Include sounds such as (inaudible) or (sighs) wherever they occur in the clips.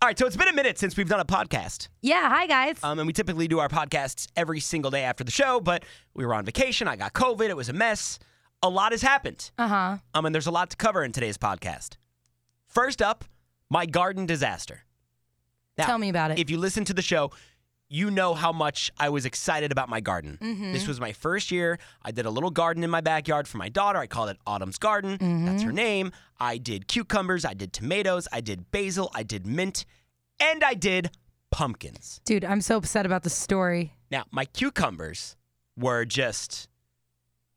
All right, so it's been a minute since we've done a podcast. Yeah, hi guys. Um, and we typically do our podcasts every single day after the show, but we were on vacation. I got COVID. It was a mess. A lot has happened. Uh huh. Um, and there's a lot to cover in today's podcast. First up, my garden disaster. Now, Tell me about it. If you listen to the show, you know how much I was excited about my garden. Mm-hmm. This was my first year. I did a little garden in my backyard for my daughter. I called it Autumn's Garden. Mm-hmm. That's her name. I did cucumbers, I did tomatoes, I did basil, I did mint, and I did pumpkins. Dude, I'm so upset about the story. Now, my cucumbers were just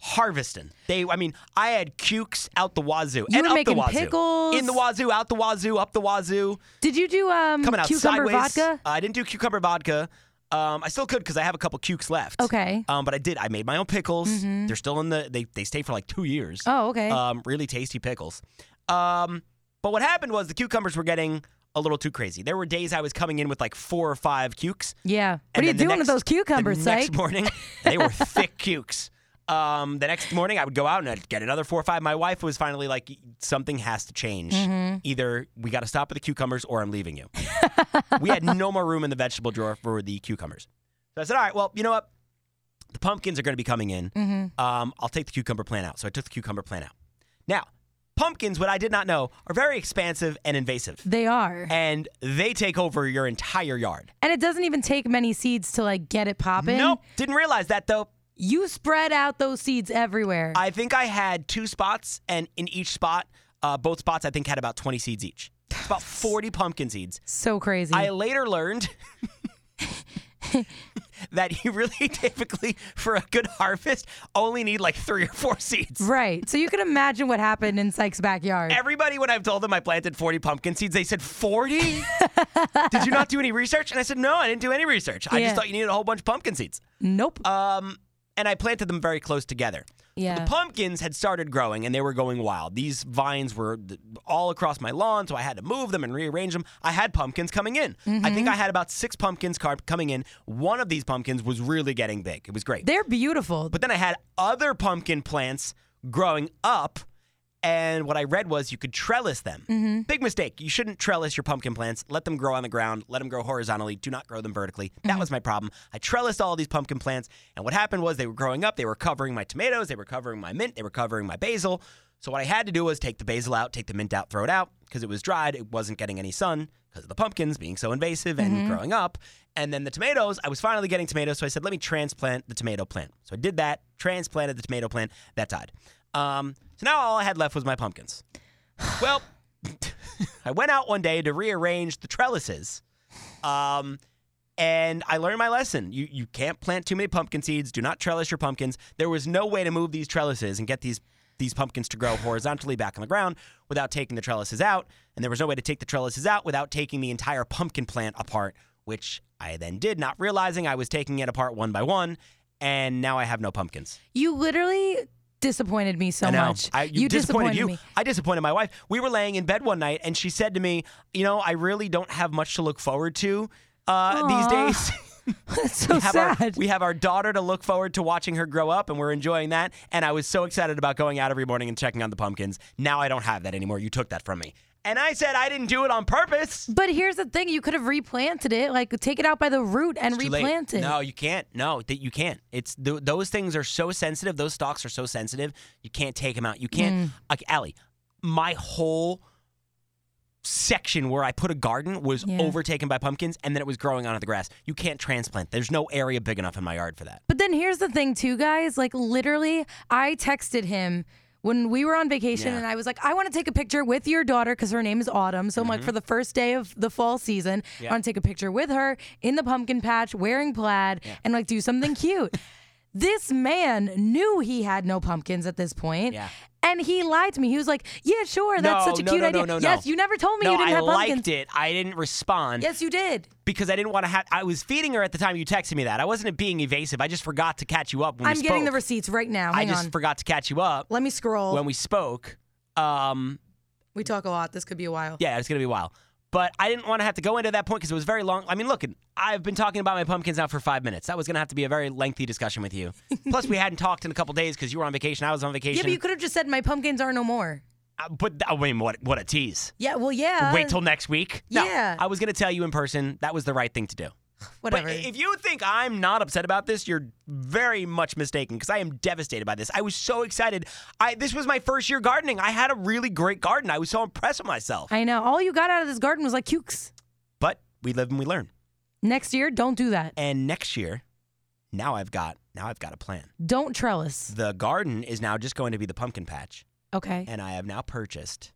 harvesting. They, I mean, I had cukes out the wazoo. You and were up making the wazoo. pickles. In the wazoo, out the wazoo, up the wazoo, Did you do um coming out cucumber sideways. vodka? Uh, I didn't do cucumber vodka. Um, I still could because I have a couple cukes left. Okay. Mm-hmm. Um, but I did. I made my own pickles. They're still in the. They they stay for like two years. Oh, okay. Um, really tasty pickles. Um, but what happened was the cucumbers were getting a little too crazy. There were days I was coming in with like four or five cukes, yeah. What and are you then the doing with next- those cucumbers, The psych? next morning, they (laughs) were thick cukes. Um, the next morning, I would go out and I'd get another four or five. My wife was finally like, "Something has to change. Mm-hmm. Either we got to stop with the cucumbers, or I'm leaving (laughs) you." we had no more room in the vegetable drawer for the cucumbers, so I said, "All right, well, you know what? The pumpkins are going to be coming in. Mm-hmm. Um, I'll take the cucumber plant out." So I took the cucumber plant out. Now, pumpkins, what I did not know, are very expansive and invasive, They are. and they take over your entire yard. And it doesn't even take many seeds to like get it popping. Nope, didn't realize that though. You spread out those seeds everywhere. I think I had two spots, and in each spot, uh, both spots I think had about 20 seeds each. It's About 40 pumpkin seeds. so crazy. I later learned (laughs) that you really (laughs) typically, for a good harvest, only need like three or four seeds. right. So you can imagine what happened in Sykes' backyard. Everybody, when I've told them I planted 40 pumpkin seeds, they said, 40? Did you not do any research? And I said, No, I didn't do any research. I Yeah. just thought you needed a whole bunch of pumpkin seeds. nope. Um, and I planted them very close together. yeah. The pumpkins had started growing and they were going wild. These vines were th- all across my lawn, so I had to move them and rearrange them. I had pumpkins coming in. I think I had about six pumpkins car- coming in. One of these pumpkins was really getting big. It was great. They're beautiful. but then I had other pumpkin plants growing up. And what I read was you could trellis them. Big mistake. You shouldn't trellis your pumpkin plants. Let them grow on the ground. Let them grow horizontally. Do not grow them vertically. That was my problem. I trellised all these pumpkin plants. And what happened was they were growing up. They were covering my tomatoes. They were covering my mint. They were covering my basil. So what I had to do was take the basil out, take the mint out, throw it out because it was dried. It wasn't getting any sun because of the pumpkins being so invasive and growing up. And then the tomatoes, I was finally getting tomatoes. So I said, let me transplant the tomato plant. So I did that, transplanted the tomato plant. That died. Um, so now all I had left was my pumpkins. Well, (laughs) I went out one day to rearrange the trellises. Um, and I learned my lesson. You you can't plant too many pumpkin seeds. Do not trellis your pumpkins. There was no way to move these trellises and get these these pumpkins to grow horizontally back on the ground without taking the trellises out. And there was no way to take the trellises out without taking the entire pumpkin plant apart, which I then did, not realizing I was taking it apart one by one. And now I have no pumpkins. you literally disappointed me so I know. much. I, you, disappointed, you. me. (laughs) I disappointed my wife. We were laying in bed one night, and she said to me, "You know, I really don't have much to look forward to uh, these Aw. days. (laughs) That's so have sad. Our, we have our daughter to look forward to watching her grow up, and we're enjoying that. And I was so excited about going out every morning and checking on the pumpkins. Now I don't have that anymore. You took that from me." And I said I didn't do it on purpose. But here's the thing: you could have replanted it, like take it out by the root and Too late. replant it. No, you can't. No, that you can't. It's th- those things are so sensitive. Those stocks are so sensitive. You can't take them out. You Mm. can't. Like Allie, my whole section where I put a garden was Yeah. overtaken by pumpkins, and then it was growing onto the grass. You can't transplant. There's no area big enough in my yard for that. But then here's the thing, too, guys. Like literally, I texted him when we were on vacation, Yeah. and I was like, I want to take a picture with your daughter because her name is Autumn. So I'm Mm-hmm. like, for the first day of the fall season, I want to take a picture with her in the pumpkin patch, wearing plaid, and (laughs) like do something cute. this man knew he had no pumpkins at this point. Yeah. And he lied to me. He was like, "Yeah, sure, that's no, such a no, cute no, idea." No, no, no. yes, you never told me no, you didn't I have pumpkins. liked it. I didn't respond Yes, you did. because I didn't want to have. I was feeding her at the time you texted me that. I wasn't being evasive. I just forgot to catch you up when I'm we getting the spoke. receipts right now. I Hang just on. forgot to catch you up Let me scroll. when we spoke. Um, we talk a lot. This could be a while. yeah, it's gonna be a while. But I didn't want to have to go into that point because it was very long. I mean, look, I've been talking about my pumpkins now for five minutes. That was gonna have to be a very lengthy discussion with (laughs) you. Plus, we hadn't talked in a couple days because you were on vacation. I was on vacation. Yeah, but you could have just said my pumpkins are no more. Uh, but I mean, what what a tease. Yeah, well, yeah. Wait till next week. No, Uh, yeah. I was gonna tell you in person. That was the right thing to do. whatever. But if you think I'm not upset about this, you're very much mistaken because I am devastated by this. I was so excited. I this was my first year gardening. I had a really great garden. I was so impressed with myself. I know. All you got out of this garden was like cukes. But we live and we learn. Next year, don't do that. And next year, now I've got now I've got a plan. Don't trellis. The garden is now just going to be the pumpkin patch, Okay. and I have now purchased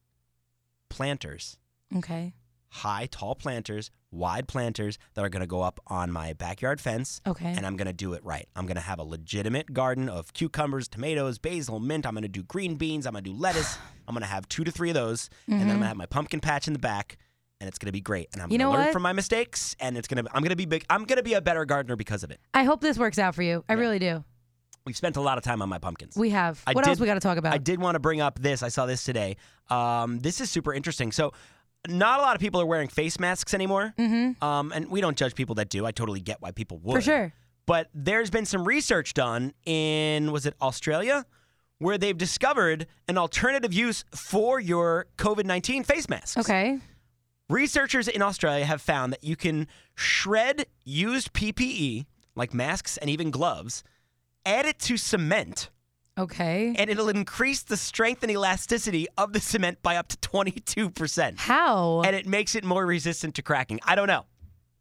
planters, Okay. high tall planters, wide planters that are going to go up on my backyard fence. Okay. and I'm going to do it right. I'm going to have a legitimate garden of cucumbers, tomatoes, basil, mint. I'm going to do green beans. I'm going to do (sighs) lettuce. I'm going to have two to three of those. And then I'm going to have my pumpkin patch in the back. And it's gonna be great, and I'm Mm-hmm. You gonna know learn what? from my mistakes, and it's gonna. I'm gonna be big. I'm gonna be a better gardener because of it. I hope this works out for you. I really do. We've spent a lot of time on my pumpkins. We have. I what else did- we got to talk about? I did want to bring up this. I saw this today. Um, this is super interesting. So, not a lot of people are wearing face masks anymore. Mm-hmm. Um, and we don't judge people that do. I totally get why people would. For sure. But there's been some research done in, was it Australia? Where they've discovered an alternative use for your COVID 19 face masks. Okay. Researchers in Australia have found that you can shred used PPE, like masks and even gloves, add it to cement Okay. and it'll increase the strength and elasticity of the cement by up to 22%. How? And it makes it more resistant to cracking. I don't know.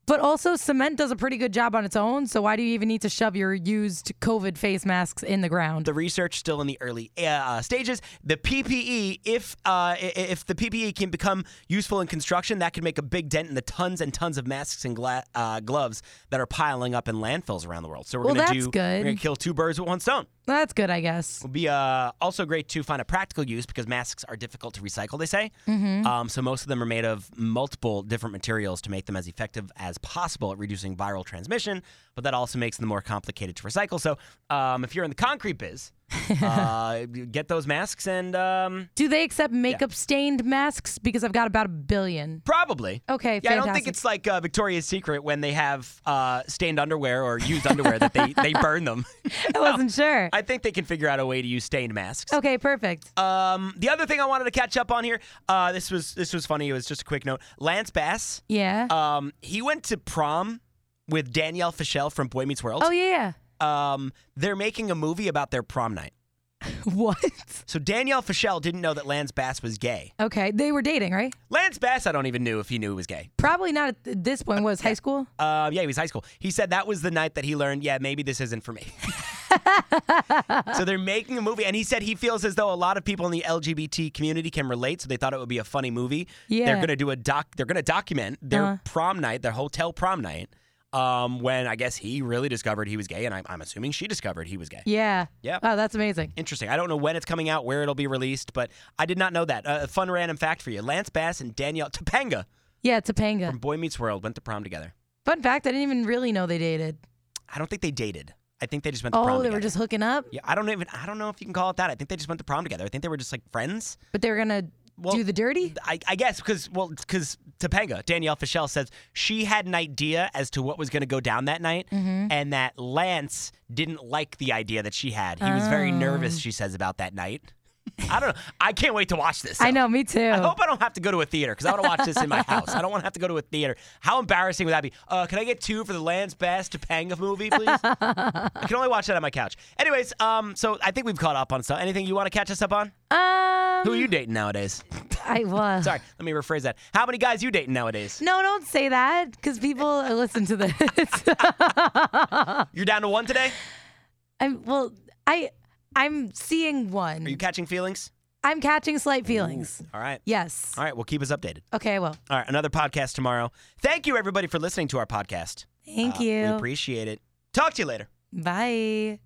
but also, cement does a pretty good job on its own. So why do you even need to shove your used COVID face masks in the ground? The research still in the early uh, uh, stages. The PPE, if uh, i- if the PPE can become useful in construction, that could make a big dent in the tons and tons of masks and gla- uh, gloves that are piling up in landfills around the world. So we're Well, gonna that's do good. we're gonna kill two birds with one stone. That's good, I guess. Would be uh, also great to find a practical use because masks are difficult to recycle. They say, Mm-hmm. um, so most of them are made of multiple different materials to make them as effective as possible at reducing viral transmission. But that also makes them more complicated to recycle. So um, if you're in the concrete (laughs) biz, uh, get those masks and um, Do they accept makeup stained masks? Because I've got about a billion. probably. Okay, Yeah, I don't think fantastic. it's like uh, Victoria's Secret when they have uh, stained underwear or used underwear that they, (laughs) they burn them. (laughs) I wasn't sure. I think they can figure out a way to use stained masks. okay, perfect. Um, the other thing I wanted to catch up on here, uh, this was this was funny. It was just a quick note. Lance Bass, yeah. um, he went to prom with Danielle Fischel from Boy Meets World. oh yeah. Um, they're making a movie about their prom night. (laughs) What? So Danielle Fischel didn't know that Lance Bass was gay. Okay, they were dating, right? Lance Bass, I don't even knew if he knew he was gay. Probably not at th- this point. What was high school? Uh, yeah, he was high school. He said that was the night that he learned, yeah, maybe this isn't for me. (laughs) so they're making a movie, and he said he feels as though a lot of people in the LGBT community can relate. So they thought it would be a funny movie. Yeah. they're gonna do a doc. They're gonna document their Uh-huh. prom night, their hotel prom night, um, when I guess he really discovered he was gay, and I'm, I'm assuming she discovered he was gay. Yeah. Yep. Oh, that's amazing. Interesting. I don't know when it's coming out, where it'll be released, but I did not know that. Uh, a fun random fact for you: Lance Bass and Danielle Topanga Yeah, Topanga. from Boy Meets World went to prom together. Fun fact: I didn't even really know they dated. I don't think they dated. I think they just went to prom Oh, they together. were just hooking up, Yeah, I don't even. I don't know if you can call it that. I think they just went to prom together. I think they were just like friends. but they were gonna Well, do the dirty. I, I guess because well because Topanga Danielle Fischel says she had an idea as to what was going to go down that night, Mm-hmm. and that Lance didn't like the idea that she had. He was very nervous. Oh. She says about that night. I don't know. I can't wait to watch this. I though. know, me too. I hope I don't have to go to a theater because I want to watch this in my house. I don't want to have to go to a theater. How embarrassing would that be? Uh, can I get two for the Lance Bass Topanga movie, please? I can only watch that on my couch. Anyways, um, so I think we've caught up on stuff. Anything you want to catch us up on? um, Who are you dating nowadays? (laughs) I was. Sorry, let me rephrase that. How many guys you dating nowadays? No, don't say that because people listen to this. (laughs) You're down to one today. I'm well. I I'm seeing one. Are you catching feelings? I'm catching slight feelings. All right. Yes. All right. Well, keep us updated. Okay. Well, All right. Another podcast tomorrow. Thank you everybody for listening to our podcast. thank Uh, We you. appreciate it. Talk to you later. Bye.